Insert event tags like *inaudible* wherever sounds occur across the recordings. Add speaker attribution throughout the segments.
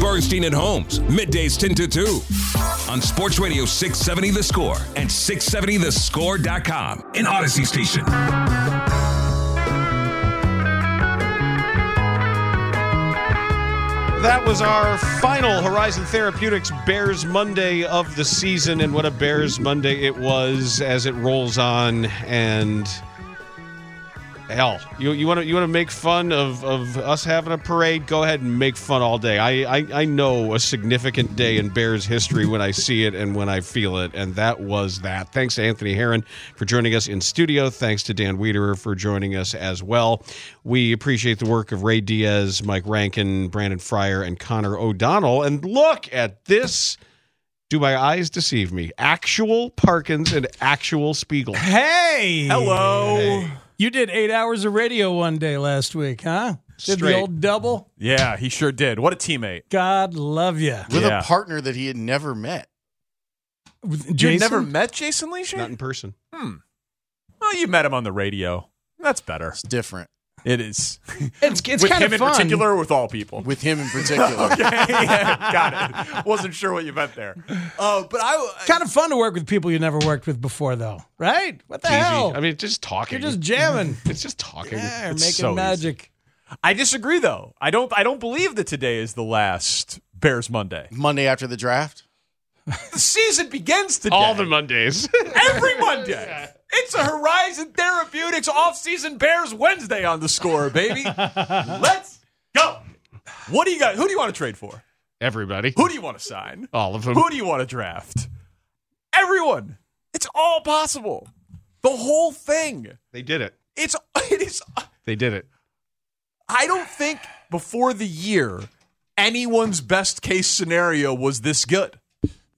Speaker 1: Bernstein and Holmes, middays 10 to 2 on Sports Radio 670 The Score and 670thescore.com in Odyssey Station.
Speaker 2: That was our final Horizon Therapeutics Bears Monday of the season, and what a Bears Monday it was as it rolls on. And hell, you you want to you want to make fun of, of us having a parade? Go ahead and make fun all day. I, I I know a significant day in Bears history when I see it and when I feel it, and that was that. Thanks to Anthony Herron for joining us in studio. Thanks to Dan Wiederer for joining us as well. We appreciate the work of Ray Diaz, Mike Rankin, Brandon Fryer, and Connor O'Donnell. And look at this. Do my eyes deceive me? Actual Parkins and actual Spiegel.
Speaker 3: Hey!
Speaker 4: Hello.
Speaker 3: You did eight hours of radio one day last week, huh? Did
Speaker 2: Straight.
Speaker 3: the old double?
Speaker 4: Yeah, he sure did. What a teammate.
Speaker 3: God love you.
Speaker 5: with
Speaker 4: Yeah.
Speaker 5: a partner that he had never met.
Speaker 4: You never met Jason Leisure?
Speaker 2: Not in person.
Speaker 4: well, Oh, you met him on the radio. That's better.
Speaker 5: It's different
Speaker 4: It is.
Speaker 3: It's, it's
Speaker 4: with
Speaker 3: kind
Speaker 4: him
Speaker 3: of
Speaker 4: in
Speaker 3: fun.
Speaker 4: particular, or with all people.
Speaker 5: with him in particular.
Speaker 3: *laughs*
Speaker 4: Yeah, *laughs* got it. Wasn't sure what you meant there. Uh, but I,
Speaker 3: Kind of fun to work with people you never worked with before, though, right? What the
Speaker 2: It's easy.
Speaker 3: hell?
Speaker 2: I mean, just talking.
Speaker 3: You're just jamming.
Speaker 2: it's just talking.
Speaker 3: yeah, or
Speaker 4: It's
Speaker 3: making
Speaker 4: so easy.
Speaker 3: magic.
Speaker 4: I disagree though. I don't. I don't believe that today is the last Bears Monday.
Speaker 5: Monday after the draft.
Speaker 4: The season begins today.
Speaker 2: All the Mondays.
Speaker 4: *laughs*
Speaker 2: *laughs*
Speaker 4: every Monday. It's a Horizon Therapeutics off-season Bears Wednesday on the score, *laughs* baby. Let's go. What do you got? Who do you want to trade for?
Speaker 2: Everybody.
Speaker 4: Who do you want to sign?
Speaker 2: All of them.
Speaker 4: Who do you want to draft? Everyone. It's all possible. The whole thing.
Speaker 2: They did it.
Speaker 4: It's *laughs* it is
Speaker 2: They did it.
Speaker 4: I don't think before the year anyone's best case scenario was this good.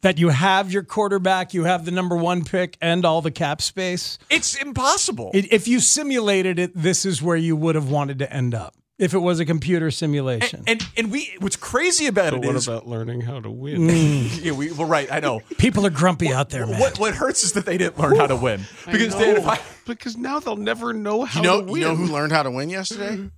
Speaker 3: That you have your quarterback, you have the number one pick, and all the cap space.
Speaker 4: It's impossible.
Speaker 3: It, if you simulated it, this is where you would have wanted to end up if it was a computer simulation.
Speaker 4: and, and and we what's crazy about it
Speaker 2: What
Speaker 4: is
Speaker 2: about learning how to win?
Speaker 4: *laughs*
Speaker 3: Mm.
Speaker 4: yeah, we, well right, I know.
Speaker 3: People are grumpy out there, man.
Speaker 4: eh, What what hurts is that they didn't learn how to win. Because Dan, if I,
Speaker 2: *laughs* because now they'll never know how
Speaker 5: You know,
Speaker 2: to
Speaker 5: you
Speaker 2: win.
Speaker 5: know who learned how to win yesterday?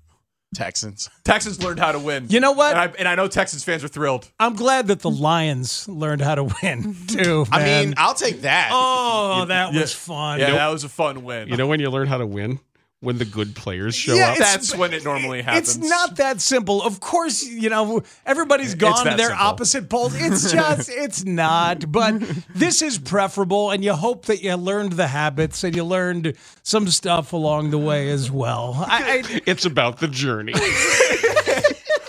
Speaker 5: Texans.
Speaker 4: *laughs* Texans learned how to win.
Speaker 3: You know what?
Speaker 4: And I, and I know Texans fans are thrilled.
Speaker 3: I'm glad that the Lions learned how to win too.
Speaker 5: I
Speaker 3: man.
Speaker 5: mean, I'll take that.
Speaker 3: oh, that
Speaker 4: Yeah.
Speaker 3: was fun.
Speaker 4: Yeah, that was a fun win.
Speaker 2: you know when you learn how to win? When the good players show
Speaker 3: Yeah,
Speaker 2: up.
Speaker 3: it's-
Speaker 4: That's when it normally happens.
Speaker 3: It's not that simple. Of course, you know, everybody's
Speaker 4: It's
Speaker 3: gone to
Speaker 4: that
Speaker 3: their
Speaker 4: simple.
Speaker 3: opposite poles.
Speaker 4: *laughs*
Speaker 3: It's just, it's not. But this is preferable, and you hope that you learned the habits and you learned some stuff along the way as well. I, I,
Speaker 2: It's about the
Speaker 3: *laughs*
Speaker 2: journey.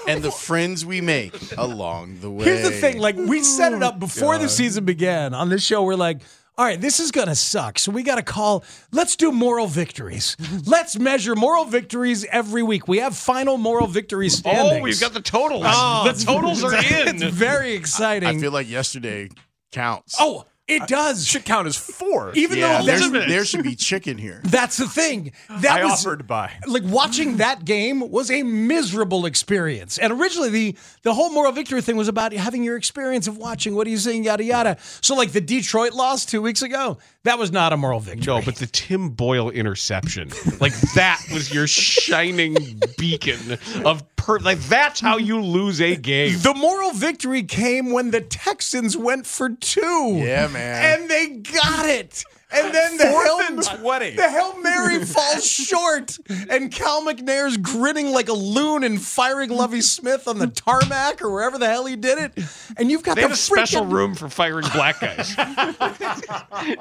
Speaker 5: and the friends we make along the way.
Speaker 3: Here's the thing: like we set it up before the season began on this show. We're like, all right, this is gonna suck. So we gotta call. Let's do
Speaker 2: *laughs*
Speaker 3: moral victories. let's measure moral victories every week. We have final moral victory standings.
Speaker 2: oh, we've got the totals.
Speaker 3: Oh.
Speaker 2: the totals are in.
Speaker 3: *laughs* It's very exciting.
Speaker 5: I feel like yesterday counts.
Speaker 3: oh, it does.
Speaker 4: should count as four.
Speaker 3: Even
Speaker 5: yeah,
Speaker 3: though
Speaker 5: there's-
Speaker 3: that's,
Speaker 2: that's-
Speaker 5: there should be
Speaker 3: *laughs*
Speaker 5: chicken here.
Speaker 3: that's the thing. That
Speaker 4: I
Speaker 3: was
Speaker 4: offered by.
Speaker 3: like
Speaker 4: *laughs*
Speaker 3: watching that game was a miserable experience. And originally the the whole moral victory thing was about having your experience of watching what are you seeing, yada yada. So like the Detroit loss two weeks ago, that was not a moral victory.
Speaker 2: No, but the Tim Boyle interception, like that was your shining beacon of per. Like that's how you lose a game.
Speaker 3: the moral victory came when the Texans went for two.
Speaker 5: Yeah, man.
Speaker 3: And they got it. And then the
Speaker 4: Fourth
Speaker 3: Hail,
Speaker 4: and 20.
Speaker 3: the Hail Mary falls short, and Cal McNair's grinning like a loon and firing Lovey Smith on the tarmac or wherever the hell he did it. And you've got
Speaker 2: They
Speaker 3: the
Speaker 2: have a special
Speaker 3: freaking-
Speaker 2: room for firing black
Speaker 3: *laughs*
Speaker 2: guys.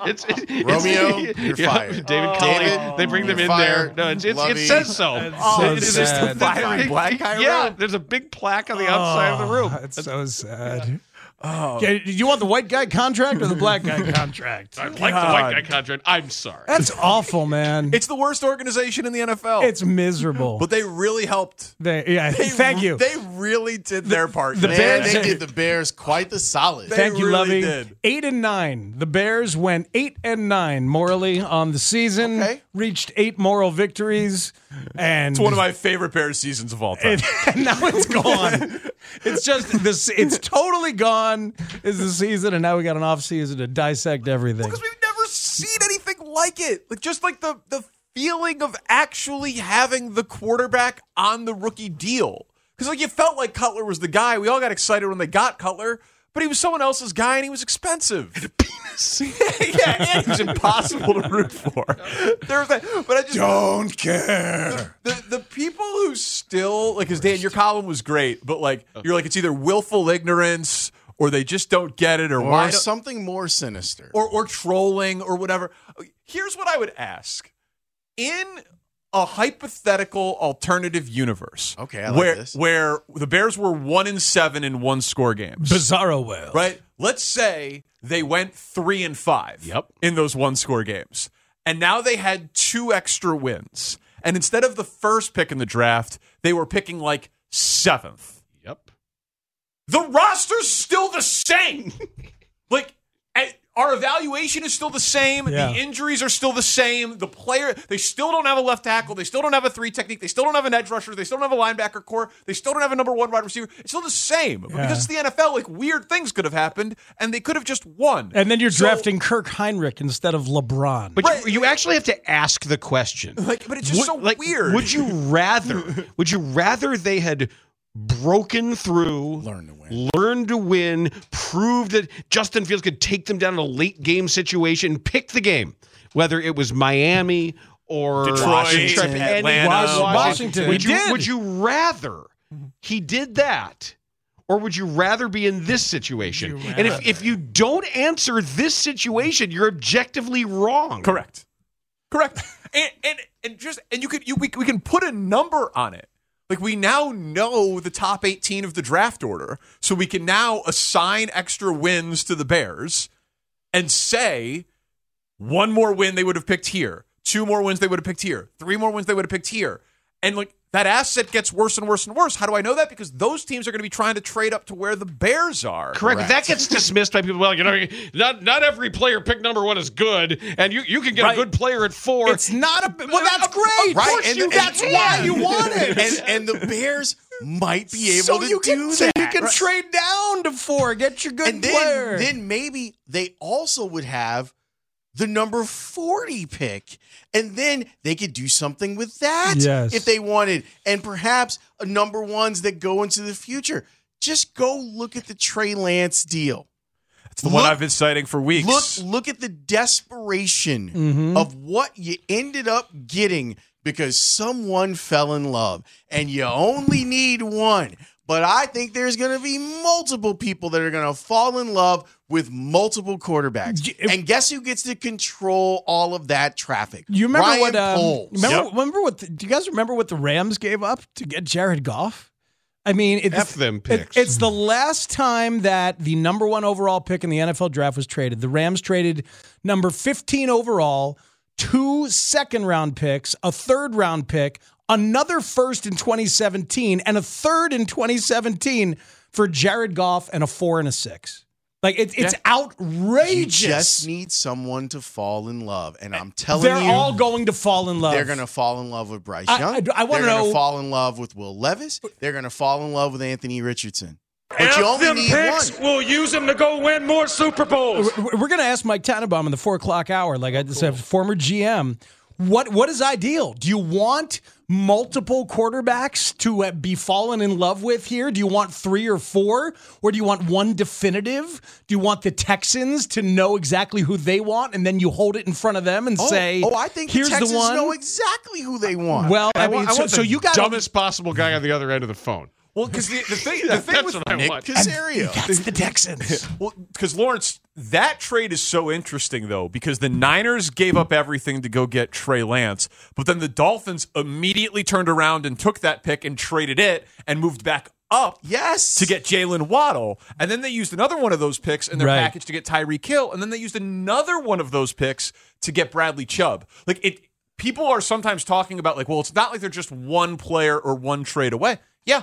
Speaker 2: it's, it's- it's-
Speaker 5: Romeo, you're
Speaker 2: yeah,
Speaker 5: fired.
Speaker 2: David Colley,
Speaker 5: David,
Speaker 2: they bring them
Speaker 5: you're
Speaker 2: in
Speaker 5: fired.
Speaker 2: there. No, it's, it's,
Speaker 5: Lovey.
Speaker 2: it says so.
Speaker 3: Oh. so
Speaker 2: It is-
Speaker 3: sad.
Speaker 2: it's-
Speaker 3: The
Speaker 4: firing black guy
Speaker 2: Yeah, there's a big plaque on the outside of the room.
Speaker 5: Oh,
Speaker 3: That's so sad. Okay, Oh. do you want the white guy contract or the black guy contract?
Speaker 2: I like the white guy contract. I'm sorry.
Speaker 3: That's awful, man. It's,
Speaker 4: It's the worst organization in the NFL.
Speaker 3: miserable.
Speaker 4: but they really helped.
Speaker 3: They- yeah,
Speaker 4: They
Speaker 3: thank
Speaker 4: re-
Speaker 3: you.
Speaker 4: They really did their part.
Speaker 3: the
Speaker 4: man.
Speaker 5: Man,
Speaker 3: Bears-
Speaker 5: they did the Bears quite the solid.
Speaker 4: They-
Speaker 3: Thank you,
Speaker 4: really
Speaker 3: Lovey.
Speaker 4: did.
Speaker 3: Eight and nine. The Bears went eight and nine morally on the season.
Speaker 4: Okay.
Speaker 3: Reached eight moral victories, and *laughs*
Speaker 4: It's one of my favorite Bears seasons of all time.
Speaker 3: now it's gone. it's just this. It's totally gone. Is the season, and now we got an off season to dissect everything.
Speaker 4: Because we've never seen anything like it. Like just like the the feeling of actually having the quarterback on the rookie deal. Because like you felt like Cutler was the guy. We all got excited when they got Cutler, but he was someone else's guy and he was expensive. And a penis. *laughs* yeah, and he was impossible to root for. There was that, but I just
Speaker 3: Don't care.
Speaker 4: the, the people who still like because Dan, your column was great, but like you're like it's either willful ignorance or they just don't get it or, why
Speaker 5: or
Speaker 4: don't-
Speaker 5: something more sinister.
Speaker 4: or or trolling or whatever. Here's what I would ask: in a hypothetical alternative universe,
Speaker 5: Okay, I like
Speaker 4: where
Speaker 5: this.
Speaker 4: where the Bears were one in seven in one score games,
Speaker 3: Bizarro Well.
Speaker 4: right? Let's say they went three and five.
Speaker 2: Yep.
Speaker 4: in those one score games, and now they had two extra wins, and instead of the first pick in the draft, they were picking like seventh
Speaker 2: Yep.
Speaker 4: the roster's still the same. *laughs* like a- our evaluation is still the same.
Speaker 3: Yeah.
Speaker 4: The injuries are still the same. The player they still don't have a left tackle. They still don't have a three technique. They still don't have an edge rusher. They still don't have a linebacker core. They still don't have a number one wide receiver. It's still the same. But because it's the NFL, like weird things could have happened, and they could have just won.
Speaker 3: And then you're
Speaker 4: So-
Speaker 3: drafting Kirk Heinrich instead of LeBron.
Speaker 2: But
Speaker 4: Right.
Speaker 2: you, you actually have to ask the question.
Speaker 4: Like, but it's just so
Speaker 2: like,
Speaker 4: weird.
Speaker 2: Would you
Speaker 4: *laughs*
Speaker 2: rather? would you rather they had broken through,
Speaker 5: Learned to win.
Speaker 2: learned to win, proved that Justin Fields could take them down in a late game situation, pick the game, whether it was Miami or
Speaker 4: Detroit,
Speaker 2: Washington,
Speaker 4: Washington,
Speaker 2: any-
Speaker 4: Atlanta,
Speaker 3: Washington.
Speaker 2: Would
Speaker 3: They
Speaker 2: you,
Speaker 3: did.
Speaker 2: would you rather he did that? Or would you rather be in this situation? And if, if you don't answer this situation, you're objectively wrong.
Speaker 4: Correct. Correct. *laughs* and, and and just and you could you we, we can put a number on it. Like we now know the top 18 of the draft order, so we can now assign extra wins to the Bears and say one more win they would have picked here, two more wins they would have picked here, three more wins they would have picked here. And like that asset gets worse and worse and worse. How do I know that? Because those teams are going to be trying to trade up to where the Bears are.
Speaker 2: Correct. That gets dismissed by people. Well, you know, not not every player pick number one is good, and you, you can get
Speaker 4: Right.
Speaker 2: a good player at four.
Speaker 3: it's not a. Well, that's great.
Speaker 5: Right,
Speaker 2: course you
Speaker 3: that's
Speaker 2: can.
Speaker 3: why
Speaker 5: *laughs*
Speaker 3: you want it.
Speaker 5: and, and the Bears might be able
Speaker 3: so
Speaker 5: to
Speaker 3: you can,
Speaker 5: do
Speaker 3: so
Speaker 5: that.
Speaker 3: you can trade down to four, get your good
Speaker 5: and then,
Speaker 3: player.
Speaker 5: then maybe they also would have the number 40 pick. And then they could do something with that
Speaker 3: Yes.
Speaker 5: if they wanted. And perhaps a number ones that go into the future. Just go look at the Trey Lance deal.
Speaker 4: It's the one
Speaker 5: Look-
Speaker 4: I've been citing for weeks.
Speaker 5: Look, look at the desperation
Speaker 3: Mm-hmm.
Speaker 5: of what you ended up getting because someone fell in love, and you only need one. But I think there's going to be multiple people that are going to fall in love with multiple quarterbacks,
Speaker 3: Y- if-
Speaker 5: and guess who gets to control all of that traffic?
Speaker 3: you remember
Speaker 5: Ryan
Speaker 3: what? Um,
Speaker 5: Poles.
Speaker 3: remember, remember what? The, do you guys remember what the Rams gave up to get Jared Goff? I mean, it's,
Speaker 2: F them
Speaker 3: it-
Speaker 2: picks.
Speaker 3: it's the last time that the number one overall pick in the NFL draft was traded. The Rams traded number 15 overall, two second round picks, a third round pick, another first in 2017, and a third in 2017 for Jared Goff and a four and a six. Like it, it's outrageous.
Speaker 5: You just need someone to fall in love, and I'm telling
Speaker 3: They're
Speaker 5: you,
Speaker 3: all going to fall in love.
Speaker 5: They're going to fall in love with Bryce
Speaker 3: I-
Speaker 5: Young.
Speaker 3: I- I wanna
Speaker 5: They're gonna
Speaker 3: know-
Speaker 5: fall in love with Will Levis. They're going to fall in love with Anthony Richardson. But
Speaker 6: F
Speaker 5: you only
Speaker 6: them
Speaker 5: need
Speaker 6: picks.
Speaker 5: one.
Speaker 6: We'll use them to go win more Super Bowls.
Speaker 3: We're, we're going to ask Mike Tannenbaum in the four o'clock hour, like I said, former GM. What what is ideal? Do you want multiple quarterbacks to uh, be fallen in love with here? Do you want three or four, or do you want one definitive? Do you want the Texans to know exactly who they want, and then you hold it in front of them and say,
Speaker 5: oh, I think
Speaker 3: here's
Speaker 5: the Texans
Speaker 3: the one."
Speaker 5: know exactly who they want.
Speaker 3: well, I,
Speaker 2: I
Speaker 3: mean,
Speaker 2: want, I
Speaker 3: so,
Speaker 2: want
Speaker 3: so
Speaker 2: the
Speaker 3: you got
Speaker 2: dumbest possible guy on the other end of the phone.
Speaker 4: Well, because the, the
Speaker 2: *laughs*
Speaker 4: thing, the thing
Speaker 2: That's
Speaker 4: with
Speaker 2: what I
Speaker 4: Nick
Speaker 2: want.
Speaker 5: Casario.
Speaker 3: That's the Texans.
Speaker 4: *laughs* Well, because Lawrence, that trade is so interesting though, because the Niners gave up everything to go get Trey Lance, but then the Dolphins immediately turned around and took that pick and traded it and moved back up
Speaker 5: Yes.
Speaker 4: to get Jalen Waddle, and then they used another one of those picks in their
Speaker 3: Right.
Speaker 4: package to get Tyree Kill, and then they used another one of those picks to get Bradley Chubb. Like it, people are sometimes talking about like, well, it's not like they're just one player or one trade away. Yeah,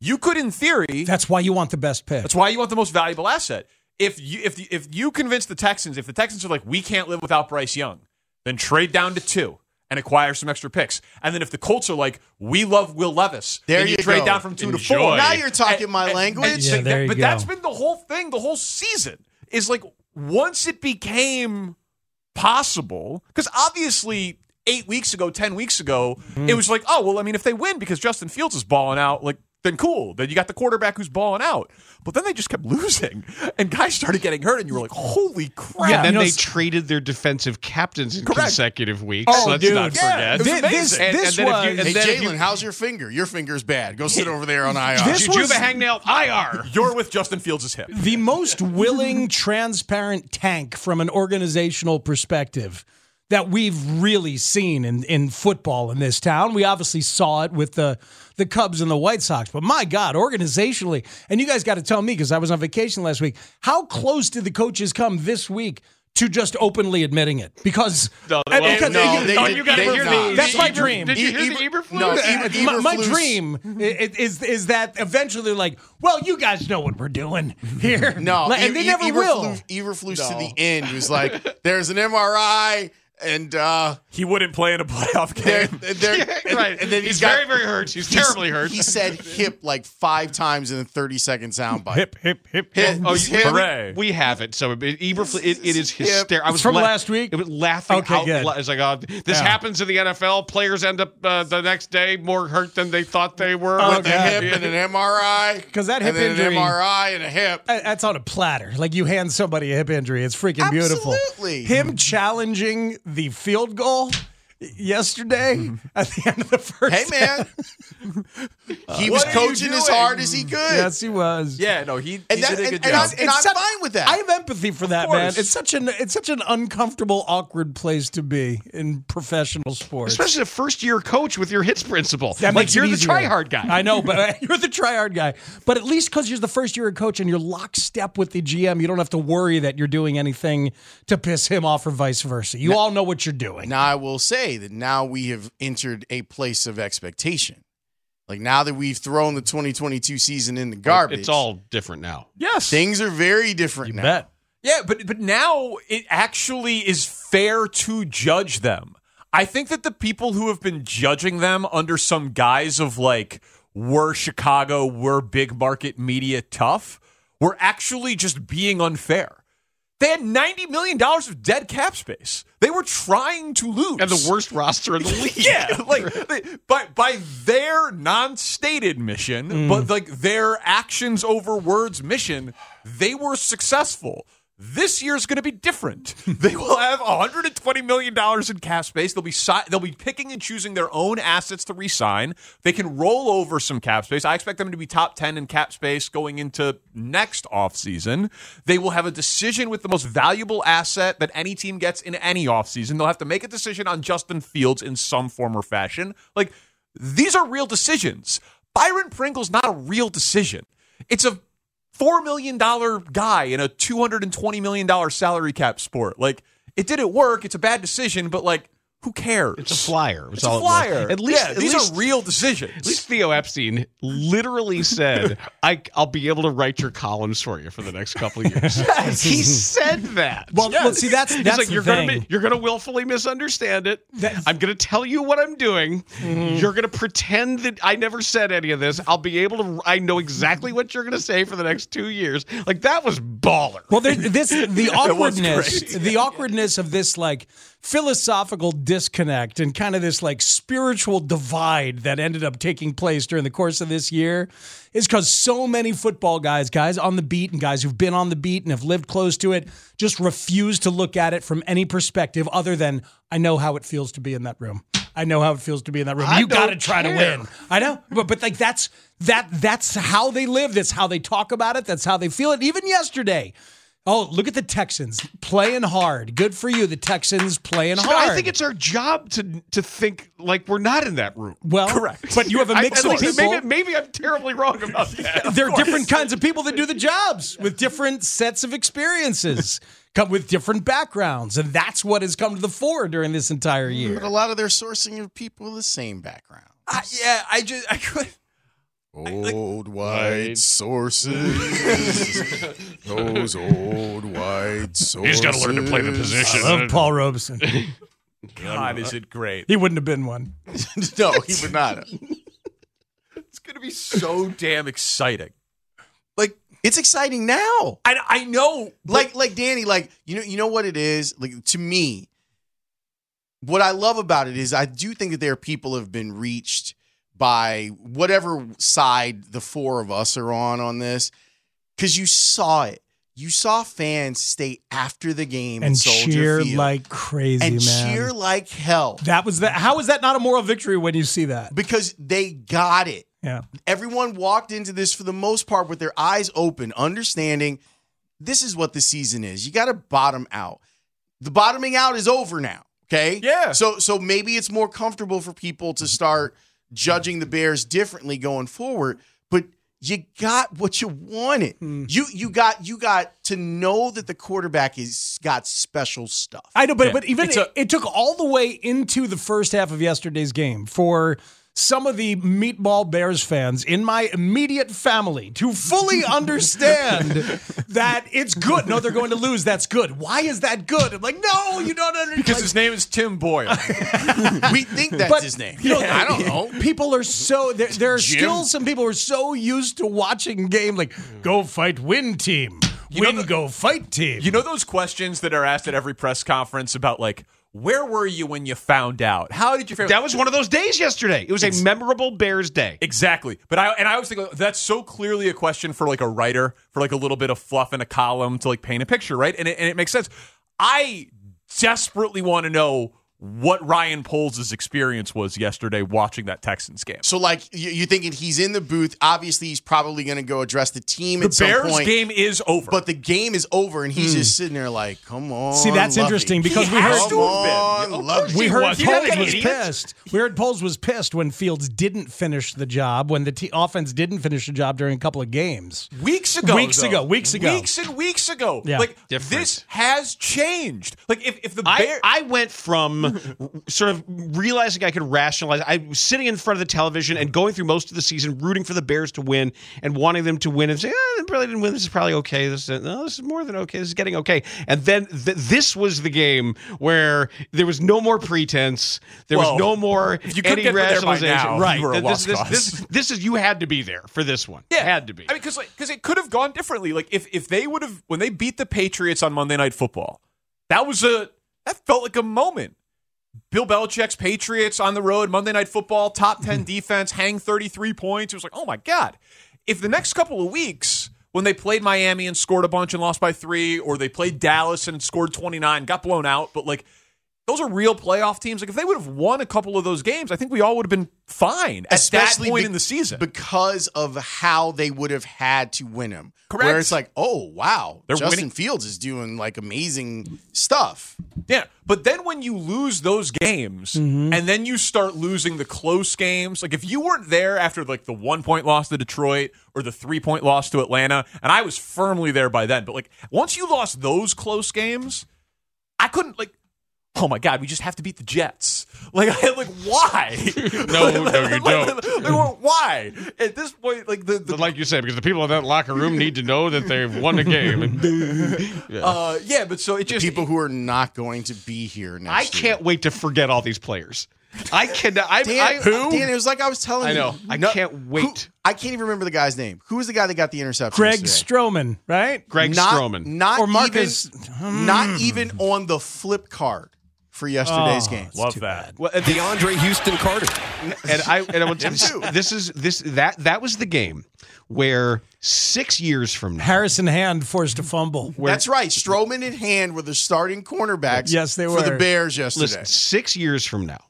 Speaker 4: you could, in theory,
Speaker 3: That's why you want the best pick.
Speaker 4: that's why you want the most valuable asset. If you if the, if you convince the Texans, if the Texans are like, we can't live without Bryce Young, then trade down to two and acquire some extra picks. And then if the Colts are like, we love Will Levis,
Speaker 5: There
Speaker 4: then you,
Speaker 5: you
Speaker 4: trade
Speaker 5: go.
Speaker 4: down from two
Speaker 2: Enjoy.
Speaker 4: to four.
Speaker 5: Now you're talking
Speaker 4: And-
Speaker 5: my
Speaker 4: and-
Speaker 5: language.
Speaker 4: and-
Speaker 3: Yeah,
Speaker 4: but
Speaker 3: there you
Speaker 4: but that's
Speaker 3: go.
Speaker 4: been the whole thing, the whole season is like once it became possible, because obviously eight weeks ago, ten weeks ago, it was like, oh well, I mean, if they win because Justin Fields is balling out, like then cool, then you got the quarterback who's balling out. But then they just kept *laughs* losing, and guys started getting hurt, and you were like, holy crap!
Speaker 3: Yeah,
Speaker 2: and then
Speaker 3: you know,
Speaker 2: they
Speaker 3: s-
Speaker 2: traded their defensive captains in
Speaker 4: Correct.
Speaker 2: consecutive weeks.
Speaker 3: Oh,
Speaker 2: Let's
Speaker 3: dude.
Speaker 2: not forget.
Speaker 3: Yeah,
Speaker 4: it was
Speaker 3: Thi- this,
Speaker 4: amazing.
Speaker 2: And- and
Speaker 3: this
Speaker 2: then if you-
Speaker 3: was
Speaker 2: and
Speaker 5: Hey,
Speaker 2: then if you-
Speaker 5: Jalen, how's your finger? Your finger's bad. Go sit over
Speaker 3: *laughs*
Speaker 5: there on IR.
Speaker 3: This
Speaker 2: Jujuba
Speaker 3: was-
Speaker 2: hangnail
Speaker 3: *laughs*
Speaker 2: IR.
Speaker 4: You're with Justin Fields' hip.
Speaker 3: the most willing, transparent tank from an organizational perspective that we've really seen in, in football in this town. We obviously saw it with the, the Cubs and the White Sox, but my God, organizationally, and you guys got to tell me because I was on vacation last week, how close did the coaches come this week? To just openly admitting it because,
Speaker 2: No, they
Speaker 3: and
Speaker 2: won't.
Speaker 3: because-
Speaker 5: No, they
Speaker 2: Oh,
Speaker 5: did-
Speaker 2: you got to
Speaker 5: they
Speaker 2: hear
Speaker 5: did
Speaker 2: the.
Speaker 5: not.
Speaker 3: That's
Speaker 2: the
Speaker 3: my
Speaker 2: Eber-
Speaker 3: dream.
Speaker 2: Did you hear
Speaker 5: E- Eber-
Speaker 2: the Eberflus?
Speaker 5: no, Eber-
Speaker 3: Uh, *laughs* my, my
Speaker 5: Eberflus-
Speaker 3: dream
Speaker 5: Mm-hmm.
Speaker 3: i- i- is is that eventually, like, well, you guys know what we're doing here.
Speaker 5: Mm-hmm. No,
Speaker 3: Like, and
Speaker 5: E-
Speaker 3: they
Speaker 5: E-
Speaker 3: never will.
Speaker 5: Eberflus, Eberflus to the end was
Speaker 2: *laughs*
Speaker 5: like, "There's an MRI, and uh,
Speaker 4: He wouldn't play in a playoff
Speaker 5: there,
Speaker 4: game.
Speaker 5: there,
Speaker 2: *laughs*
Speaker 5: and-
Speaker 2: right.
Speaker 5: And then
Speaker 2: he's
Speaker 5: got-
Speaker 2: very, very hurt.
Speaker 3: *laughs*
Speaker 2: He's,
Speaker 5: he's-
Speaker 2: terribly hurt.
Speaker 5: He said "hip" like five times in a 30 second soundbite.
Speaker 3: Hip, hip, hip.
Speaker 5: Hip.
Speaker 2: Oh,
Speaker 5: His
Speaker 2: you,
Speaker 5: hip.
Speaker 4: Hooray.
Speaker 2: we have it. So it, Eberfl- it, it is hysterical. I was
Speaker 3: From last week?
Speaker 2: It was laughing
Speaker 3: Okay,
Speaker 2: out.
Speaker 3: good.
Speaker 2: loud. It's like, oh, this happens in the NFL. Players end up uh, the next day more hurt than they thought they were.
Speaker 3: Oh,
Speaker 5: With a
Speaker 3: God.
Speaker 5: hip and an MRI,
Speaker 3: 'Cause that hip
Speaker 5: and then
Speaker 3: injury-
Speaker 5: an MRI, and
Speaker 3: *laughs*
Speaker 5: a hip.
Speaker 3: That- That's on a platter. Like you hand somebody a hip injury, it's freaking beautiful.
Speaker 5: Absolutely.
Speaker 3: Him challenging the field goal yesterday at the end of the first.
Speaker 5: Mm-hmm. Hey
Speaker 3: *laughs*
Speaker 5: man, he was
Speaker 4: Uh, What are you
Speaker 5: coaching as
Speaker 4: doing?
Speaker 5: hard as he could.
Speaker 3: yes, he was.
Speaker 4: yeah, no, he, he
Speaker 5: And that-
Speaker 4: did a good
Speaker 5: and- and
Speaker 4: job.
Speaker 5: I- I'm fine with that.
Speaker 3: I have empathy for that, man.
Speaker 4: course.
Speaker 3: It's such an it's such an uncomfortable, awkward place to be in professional sports.
Speaker 2: Especially a first year coach with your hits principle.
Speaker 3: That
Speaker 2: like
Speaker 3: makes
Speaker 2: you're
Speaker 3: it
Speaker 2: the
Speaker 3: easier.
Speaker 2: try hard guy.
Speaker 3: I know, but *laughs* you're the try hard guy. But at least because you're the first year coach and you're lockstep with the GM, you don't have to worry that you're doing anything to piss him off or vice versa. You all know what you're doing.
Speaker 5: Now I will say that now we have entered a place of expectation. Like now that we've thrown the 2022 season in the Uh, garbage,
Speaker 2: It's all different now.
Speaker 4: yes.
Speaker 5: things are very different now.
Speaker 3: Bet.
Speaker 4: Yeah, but but now it actually is fair to judge them. I think that the people who have been judging them under some guise of like we're Chicago, we're big market media tough, were actually just being unfair. They had 90 million dollars of dead cap space. They were trying to lose.
Speaker 2: And the worst roster in the *laughs*
Speaker 4: *laughs*
Speaker 2: league.
Speaker 4: Yeah, like they, by by their non-stated mission, but like their actions over words mission, they were successful. This year's going to be different. they will have 120 million dollars in cap space. They'll be si- they'll be picking and choosing their own assets to re-sign. They can roll over some cap space. I expect them to be top 10 in cap space going into next offseason. They will have a decision with the most valuable asset that any team gets in any offseason. They'll have to make a decision on Justin Fields in some form or fashion. Like, these are real decisions. Byron Pringle's not a real decision. It's a $4 million guy in a $220 million salary cap sport. Like, it didn't work. It's a bad decision, but like, who cares?
Speaker 2: It's a flyer. It's,
Speaker 4: It's a
Speaker 2: all it was.
Speaker 4: flyer.
Speaker 2: At least,
Speaker 4: yeah,
Speaker 2: at
Speaker 4: these
Speaker 2: least,
Speaker 4: are real
Speaker 2: At
Speaker 4: decisions.
Speaker 2: least Theo Epstein literally said, I, "I'll be able to write your columns for you for the next couple of years." He said that.
Speaker 3: Well, well, see, that's-
Speaker 2: He's
Speaker 3: that's
Speaker 2: like
Speaker 3: the
Speaker 2: you're gonna
Speaker 3: thing.
Speaker 2: be- you're gonna willfully misunderstand it.
Speaker 3: That's-
Speaker 2: I'm gonna tell you what I'm doing. You're gonna pretend that I never said any of this. I'll be able to. I know exactly what you're gonna say for the next two years. Like that was baller.
Speaker 4: *laughs*
Speaker 3: Well, there, this the
Speaker 4: was
Speaker 3: awkwardness,
Speaker 4: great.
Speaker 3: the awkwardness of this like philosophical disconnect and kind of this like spiritual divide that ended up taking place during the course of this year is because so many football guys, guys on the beat and guys who've been on the beat and have lived close to it, just refuse to look at it from any perspective other than I know how it feels to be in that room. I know how it feels to be in that room.
Speaker 5: I
Speaker 3: you got to
Speaker 5: don't
Speaker 3: try to
Speaker 5: care.
Speaker 3: win. I know, but but like that's that that's how they live. That's how they talk about it. That's how they feel it. Even yesterday, oh look at the Texans playing hard. Good for you, the Texans playing
Speaker 2: But
Speaker 3: hard.
Speaker 2: I think it's our job to to think like we're not in that room.
Speaker 3: well
Speaker 4: correct.
Speaker 3: but you have a
Speaker 2: I-
Speaker 3: mix of
Speaker 2: I-
Speaker 3: people.
Speaker 2: Maybe, maybe I'm terribly wrong
Speaker 3: *laughs*
Speaker 2: about that.
Speaker 3: there are different kinds of people that do the jobs with different sets of experiences, come with different backgrounds, and that's what has come to the fore during this entire year.
Speaker 5: But *laughs* a lot of their sourcing of people with the same background.
Speaker 4: I, yeah, I just I could.
Speaker 5: Old white
Speaker 6: *laughs*
Speaker 5: sources. Those old white sources.
Speaker 6: He's got to learn to play the position.
Speaker 3: I love Paul Robeson.
Speaker 4: *laughs* God, is it great?
Speaker 3: He wouldn't have been one.
Speaker 5: *laughs* no, he would not.
Speaker 4: It's gonna be so damn exciting. Like
Speaker 5: It's exciting now.
Speaker 4: I, I know, like
Speaker 5: like like Danny, like you know you know what it is. Like to me, what I love about it is I do think that there are people have been reached by whatever side the four of us are on on this, because you saw it. You saw fans stay after the game
Speaker 3: And
Speaker 5: at Soldier
Speaker 3: cheer
Speaker 5: Field
Speaker 3: like crazy,
Speaker 5: and
Speaker 3: man.
Speaker 5: cheer like hell
Speaker 3: That was that. How is that not a moral victory when you see that?
Speaker 5: because they got it.
Speaker 3: Yeah.
Speaker 5: everyone walked into this for the most part with their eyes open, understanding this is what the season is. You got to bottom out. The bottoming out is over now. Okay.
Speaker 4: Yeah.
Speaker 5: So so maybe it's more comfortable for people to start judging the Bears differently going forward, but you got what you wanted.
Speaker 4: Hmm.
Speaker 5: You you got you got to know that the quarterback is got special stuff.
Speaker 3: I know, but but even
Speaker 4: It's a-
Speaker 3: it, it took all the way into the first half of yesterday's game for some of the meatball Bears fans in my immediate family to fully
Speaker 5: *laughs*
Speaker 3: understand that it's good. No, they're going to lose. That's good. Why is that good? I'm like, no, you don't understand.
Speaker 4: because his name is Tim *laughs* Boyle.
Speaker 5: we think
Speaker 4: *laughs*
Speaker 5: that's
Speaker 3: But-
Speaker 5: his name.
Speaker 3: you know,
Speaker 5: I don't know.
Speaker 3: people are so there, there are still some people who are so used to watching game like go fight win team
Speaker 4: know
Speaker 3: win
Speaker 4: the-
Speaker 3: go fight team
Speaker 4: you know those questions that are asked at every press conference about like where were you when you found out? How did you figure?
Speaker 2: That was one of those days yesterday. It was a memorable Bears day.
Speaker 4: Exactly. But I and I always think like, that's so clearly a question for like a writer for like a little bit of fluff in a column to like paint a picture, right? And it, and it makes sense. I desperately want to know what Ryan Poles' experience was yesterday watching that Texans game.
Speaker 5: So like you- you're thinking he's in the booth. Obviously, he's probably going to go address the team
Speaker 4: The
Speaker 5: at some
Speaker 4: Bears
Speaker 5: point.
Speaker 4: game is over.
Speaker 5: But the game is over, and he's just
Speaker 4: Hmm.
Speaker 5: sitting there like, "Come on."
Speaker 3: See, that's
Speaker 5: Lovey.
Speaker 3: interesting because
Speaker 4: He
Speaker 3: we
Speaker 4: has
Speaker 3: heard
Speaker 5: Come
Speaker 4: to have been.
Speaker 5: on,
Speaker 4: Of
Speaker 5: Lovey.
Speaker 3: We
Speaker 2: He
Speaker 3: heard
Speaker 2: was. He
Speaker 3: Poles
Speaker 2: had an
Speaker 3: was
Speaker 2: idiot.
Speaker 3: pissed. We heard Poles was pissed when Fields didn't finish the job, when the t- offense didn't finish the job during a couple of games.
Speaker 4: weeks ago
Speaker 3: Weeks
Speaker 4: though.
Speaker 3: ago, weeks ago.
Speaker 4: weeks and weeks ago
Speaker 3: Yeah.
Speaker 4: like
Speaker 2: Different.
Speaker 4: this has changed like if, if the
Speaker 2: I,
Speaker 4: bear
Speaker 2: I went
Speaker 4: *laughs*
Speaker 2: from sort of realizing I could rationalize. I was sitting in front of the television and going through most of the season, rooting for the Bears to win and wanting them to win and saying, "Ah, they probably didn't win. This is probably okay. This is, no, this is more than okay. This is getting okay. And then th- this was the game where there was no more pretense. There
Speaker 4: Well,
Speaker 2: was no more
Speaker 4: if you couldn't
Speaker 2: any
Speaker 4: get there by
Speaker 2: rationalization.
Speaker 4: now,
Speaker 2: right.
Speaker 4: you were a
Speaker 2: this,
Speaker 4: lost
Speaker 2: this,
Speaker 4: cause.
Speaker 2: this, this is you had to be there for this one. Had to be.
Speaker 4: I mean, because it could have gone differently. Like if if they would have when they beat the Patriots on Monday Night Football, that was a that felt like a moment. Bill Belichick's Patriots on the road, Monday Night Football, top
Speaker 2: *laughs*
Speaker 4: ten defense, hang thirty three points. It was like, oh my god! If the next couple of weeks when they played Miami and scored a bunch and lost by three, or they played Dallas and scored twenty nine, got blown out, but like. Those are real playoff teams. Like if they would have won a couple of those games, I think we all would have been fine at that point
Speaker 5: be-
Speaker 4: in the season.
Speaker 5: because of how they would have had to win him.
Speaker 4: Correct.
Speaker 5: Where it's like, "Oh wow,
Speaker 4: They're
Speaker 5: Justin
Speaker 4: winning.
Speaker 5: Fields is doing like amazing stuff."
Speaker 4: Yeah, but then when you lose those games, and then you start losing the close games, like if you weren't there after like the one point loss to Detroit or the three point loss to Atlanta, and I was firmly there by then, but like once you lost those close games, I couldn't like. Oh my God! We just have to beat the Jets. *laughs* Like, I, like why? no, *laughs* no, you don't. why? At this point, like the, the
Speaker 7: But like you say, because the people in that locker room need to know that they've won the game.
Speaker 4: uh, yeah, but so it just
Speaker 5: People who are not going to be here next
Speaker 2: I
Speaker 5: year.
Speaker 2: can't wait to forget all these players. I cannot. I,
Speaker 5: Dan,
Speaker 2: I,
Speaker 5: Dan, it was like I was telling
Speaker 2: I
Speaker 5: you.
Speaker 2: know. I
Speaker 5: No-
Speaker 2: can't
Speaker 5: Who-
Speaker 2: wait.
Speaker 5: I can't even remember the guy's name. Who was the guy that got the interception?
Speaker 3: Greg
Speaker 5: yesterday?
Speaker 3: Stroman, right?
Speaker 2: Greg
Speaker 5: not,
Speaker 2: Stroman.
Speaker 5: Not
Speaker 3: Or Marcus-
Speaker 5: Even, not even on the flip card. for yesterday's
Speaker 3: Hmm. Oh,
Speaker 5: game.
Speaker 3: it's
Speaker 8: Love
Speaker 3: too
Speaker 8: that.
Speaker 2: Well, and the
Speaker 7: DeAndre Houston Carter.
Speaker 2: and I and I want to, this is this that that was the game where six years from now,
Speaker 3: Harrison Hand forced a fumble.
Speaker 5: That's right. Stroman and Hand were the starting cornerbacks.
Speaker 3: Yes, they
Speaker 5: for the
Speaker 3: were.
Speaker 5: Bears yesterday.
Speaker 2: listen, six years from now,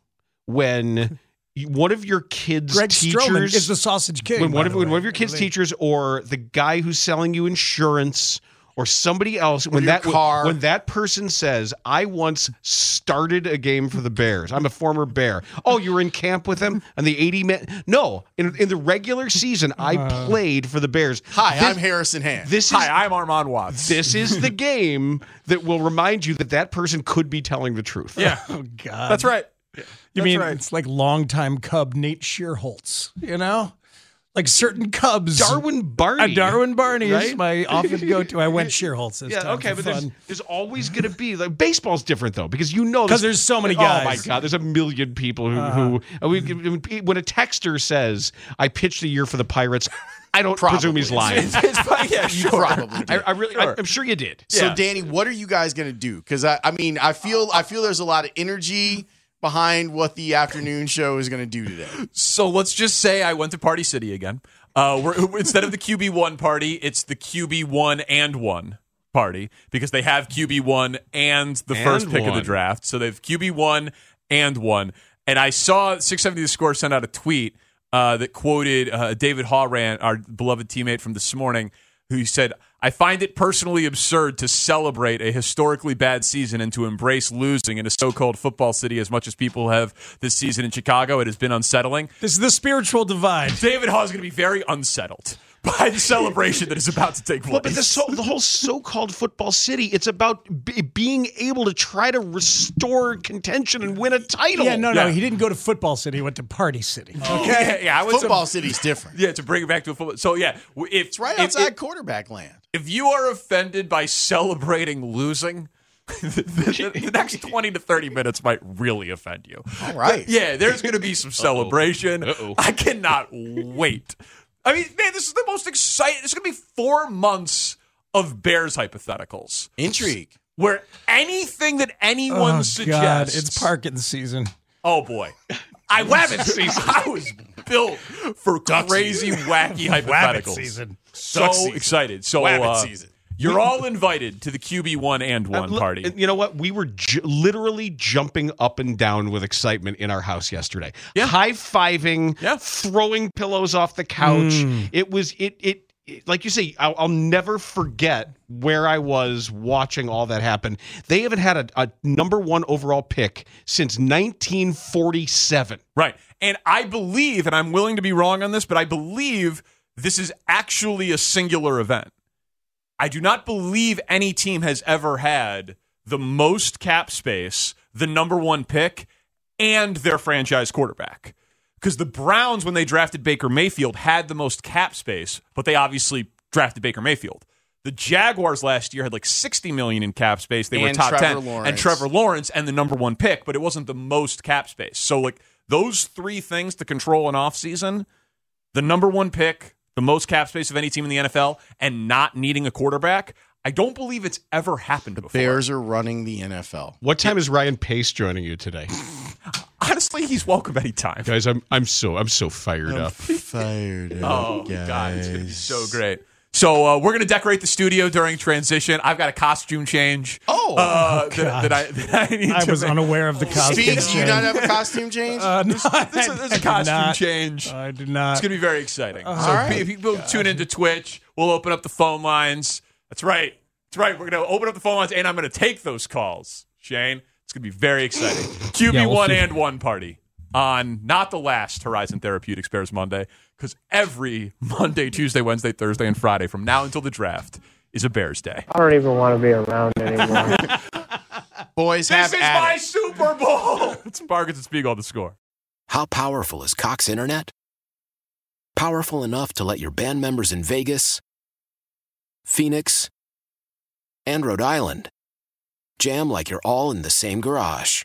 Speaker 2: when you- one of your kids'
Speaker 3: Greg Stroman
Speaker 2: teachers
Speaker 3: is the sausage
Speaker 2: *laughs*
Speaker 3: king.
Speaker 2: when one
Speaker 3: by
Speaker 2: of
Speaker 3: the
Speaker 2: when
Speaker 3: way.
Speaker 2: one of your kids' teachers or the guy who's selling you insurance or somebody else when
Speaker 5: your
Speaker 2: that
Speaker 5: car.
Speaker 2: when that person says, "I once started a game for the Bears. I'm a former Bear." Oh, you were in camp with them and the 80 men. No, in, in the regular season, I played for the Bears.
Speaker 5: Hi,
Speaker 2: This-
Speaker 5: I'm Harrison Hand.
Speaker 2: This is
Speaker 4: Hi, I'm Armand Watts.
Speaker 2: this is the game that will remind you that that person could be telling the truth.
Speaker 4: yeah,
Speaker 3: Oh God,
Speaker 4: that's right.
Speaker 3: You
Speaker 4: That's
Speaker 3: mean
Speaker 4: right.
Speaker 3: it's like longtime Cub Nate Shearholtz, you know? Like certain Cubs.
Speaker 2: Darwin
Speaker 3: Uh,
Speaker 2: Barney.
Speaker 3: Darwin Barney is
Speaker 2: right?
Speaker 3: my often go to. I went Shearholtz this
Speaker 2: Yeah,
Speaker 3: time.
Speaker 2: okay,
Speaker 3: for
Speaker 2: but there's,
Speaker 3: fun.
Speaker 2: there's always going to be like baseball's different though because you know
Speaker 3: 'Cause there's so many
Speaker 2: Oh my
Speaker 3: guys. Uh-huh.
Speaker 2: god, there's a million people who who and we, when a texter says I pitched a year for the Pirates, I don't presume he's lying.
Speaker 4: *laughs* It's fine. *laughs* yeah,
Speaker 5: you
Speaker 4: sure.
Speaker 5: *laughs* probably did.
Speaker 2: I, I really, I, am sure you did.
Speaker 5: So,
Speaker 4: Yeah.
Speaker 5: Danny, what are you guys going to do? Because I, I mean, I feel, I feel there's a lot of energy behind what the afternoon show is going to do
Speaker 3: *laughs*
Speaker 5: today.
Speaker 4: So let's just say I went to Party City again. Uh, we're, *laughs* instead of the QB one party, it's the QB one and one party because they have QB one and the first
Speaker 2: And
Speaker 4: pick of the
Speaker 2: one.
Speaker 4: draft. So they've QB one and one. And I saw 670 The Score send out a tweet uh, that quoted uh, David Hawran, our beloved teammate from this morning, who said, I find it personally absurd to celebrate a historically bad season and to embrace losing in a so called football city as much as people have this season in Chicago. It has been unsettling.
Speaker 3: This is the spiritual divide.
Speaker 4: David Haw is going to be very unsettled *laughs* by the celebration that is about to take place.
Speaker 2: Well, but the, so, the whole so-called football city—it's about b- being able to try to restore contention and win a title.
Speaker 3: Yeah, no, no.
Speaker 4: Yeah. Oh,
Speaker 3: He didn't go to football city. He went to party city.
Speaker 4: yeah, yeah, I was
Speaker 5: Football City's different.
Speaker 4: yeah, to bring it back to a football. So yeah, w- if
Speaker 5: It's right
Speaker 4: if-
Speaker 5: outside
Speaker 4: If,
Speaker 5: quarterback land.
Speaker 4: if you are offended by celebrating losing. *laughs* the, the- the next 20 to 30 minutes might really offend you.
Speaker 5: All right.
Speaker 4: Yeah, there's going to be some celebration. I cannot wait. I mean, man, this is the most exciting. It's going to be four months of Bears hypotheticals
Speaker 5: Intrigue.
Speaker 4: where anything that anyone
Speaker 3: Oh,
Speaker 4: suggests.
Speaker 3: God, it's parking season.
Speaker 4: Oh boy, I wabbit season. *laughs* I was built for crazy, wacky hypotheticals.
Speaker 3: season.
Speaker 4: So excited. So
Speaker 5: Wabbit
Speaker 4: uh,
Speaker 5: season.
Speaker 4: You're all invited to the QB one and
Speaker 2: Uh,
Speaker 4: one
Speaker 2: look,
Speaker 4: party.
Speaker 2: and You know what? We were ju- literally jumping up and down with excitement in our house yesterday.
Speaker 4: Yeah.
Speaker 2: High fiving,
Speaker 4: Yeah. Mm.
Speaker 2: throwing pillows off the couch. It was it, it it- like you say. I'll, I'll never forget where I was watching all that happen. They haven't had a, a number one overall pick since 1947.
Speaker 4: Right. And I believe, and I'm willing to be wrong on this, but I believe this is actually a singular event. I do not believe any team has ever had the most cap space, the number one pick, and their franchise quarterback. Because the Browns, when they drafted Baker Mayfield, had the most cap space, but they obviously drafted Baker Mayfield. The Jaguars last year had like 60 million in cap space. They were
Speaker 5: And
Speaker 4: top
Speaker 5: Trevor
Speaker 4: 10 and
Speaker 5: Lawrence.
Speaker 4: Trevor Lawrence and the number 1 pick, but it wasn't the most cap space. So like those three things to control an offseason, the number 1 pick, the most cap space of any team in the NFL and not needing a quarterback, I don't believe it's ever happened before.
Speaker 5: Bears are running the NFL.
Speaker 2: What time is Ryan Pace joining you today,
Speaker 4: Honestly, he's welcome anytime.
Speaker 2: guys? I'm I'm so I'm so fired up.
Speaker 5: Fired
Speaker 4: Oh God, it's gonna be so great. So uh, we're gonna decorate the studio during transition. I've got a costume change.
Speaker 5: Oh.
Speaker 4: uh, that, that I, *laughs* that I need
Speaker 3: I
Speaker 4: to
Speaker 3: was
Speaker 4: make.
Speaker 3: unaware of the costume.
Speaker 5: Steve, do you
Speaker 3: change.
Speaker 5: not have a costume change?
Speaker 3: Uh, no,
Speaker 4: *laughs* There's a,
Speaker 3: I-
Speaker 4: there's
Speaker 3: I
Speaker 4: a
Speaker 3: did
Speaker 4: costume
Speaker 3: not.
Speaker 4: change.
Speaker 3: I did not.
Speaker 4: It's gonna be very exciting. so
Speaker 3: uh-huh.
Speaker 5: right.
Speaker 4: pe- people tune into Twitch. We'll open up the phone lines. That's right. That's right. We're gonna open up the phone lines, and I'm gonna take those calls, Shane. It's gonna be
Speaker 3: *gasps*
Speaker 4: very exciting. QB
Speaker 3: Yeah, we'll
Speaker 4: one
Speaker 3: see.
Speaker 4: and one party on not the last Horizon Therapeutics Bears Monday, because every Monday, Tuesday, Wednesday, Thursday, and Friday from now until the draft is a Bears day.
Speaker 9: I don't even want to be around anymore.
Speaker 5: Boys have
Speaker 4: This is
Speaker 5: at
Speaker 4: my
Speaker 5: it.
Speaker 4: Super Bowl. it's Bargains and Spiegel on the score.
Speaker 10: How powerful is Cox Internet? Powerful enough to let your band members in Vegas, Phoenix, and Rhode Island jam like you're all in the same garage.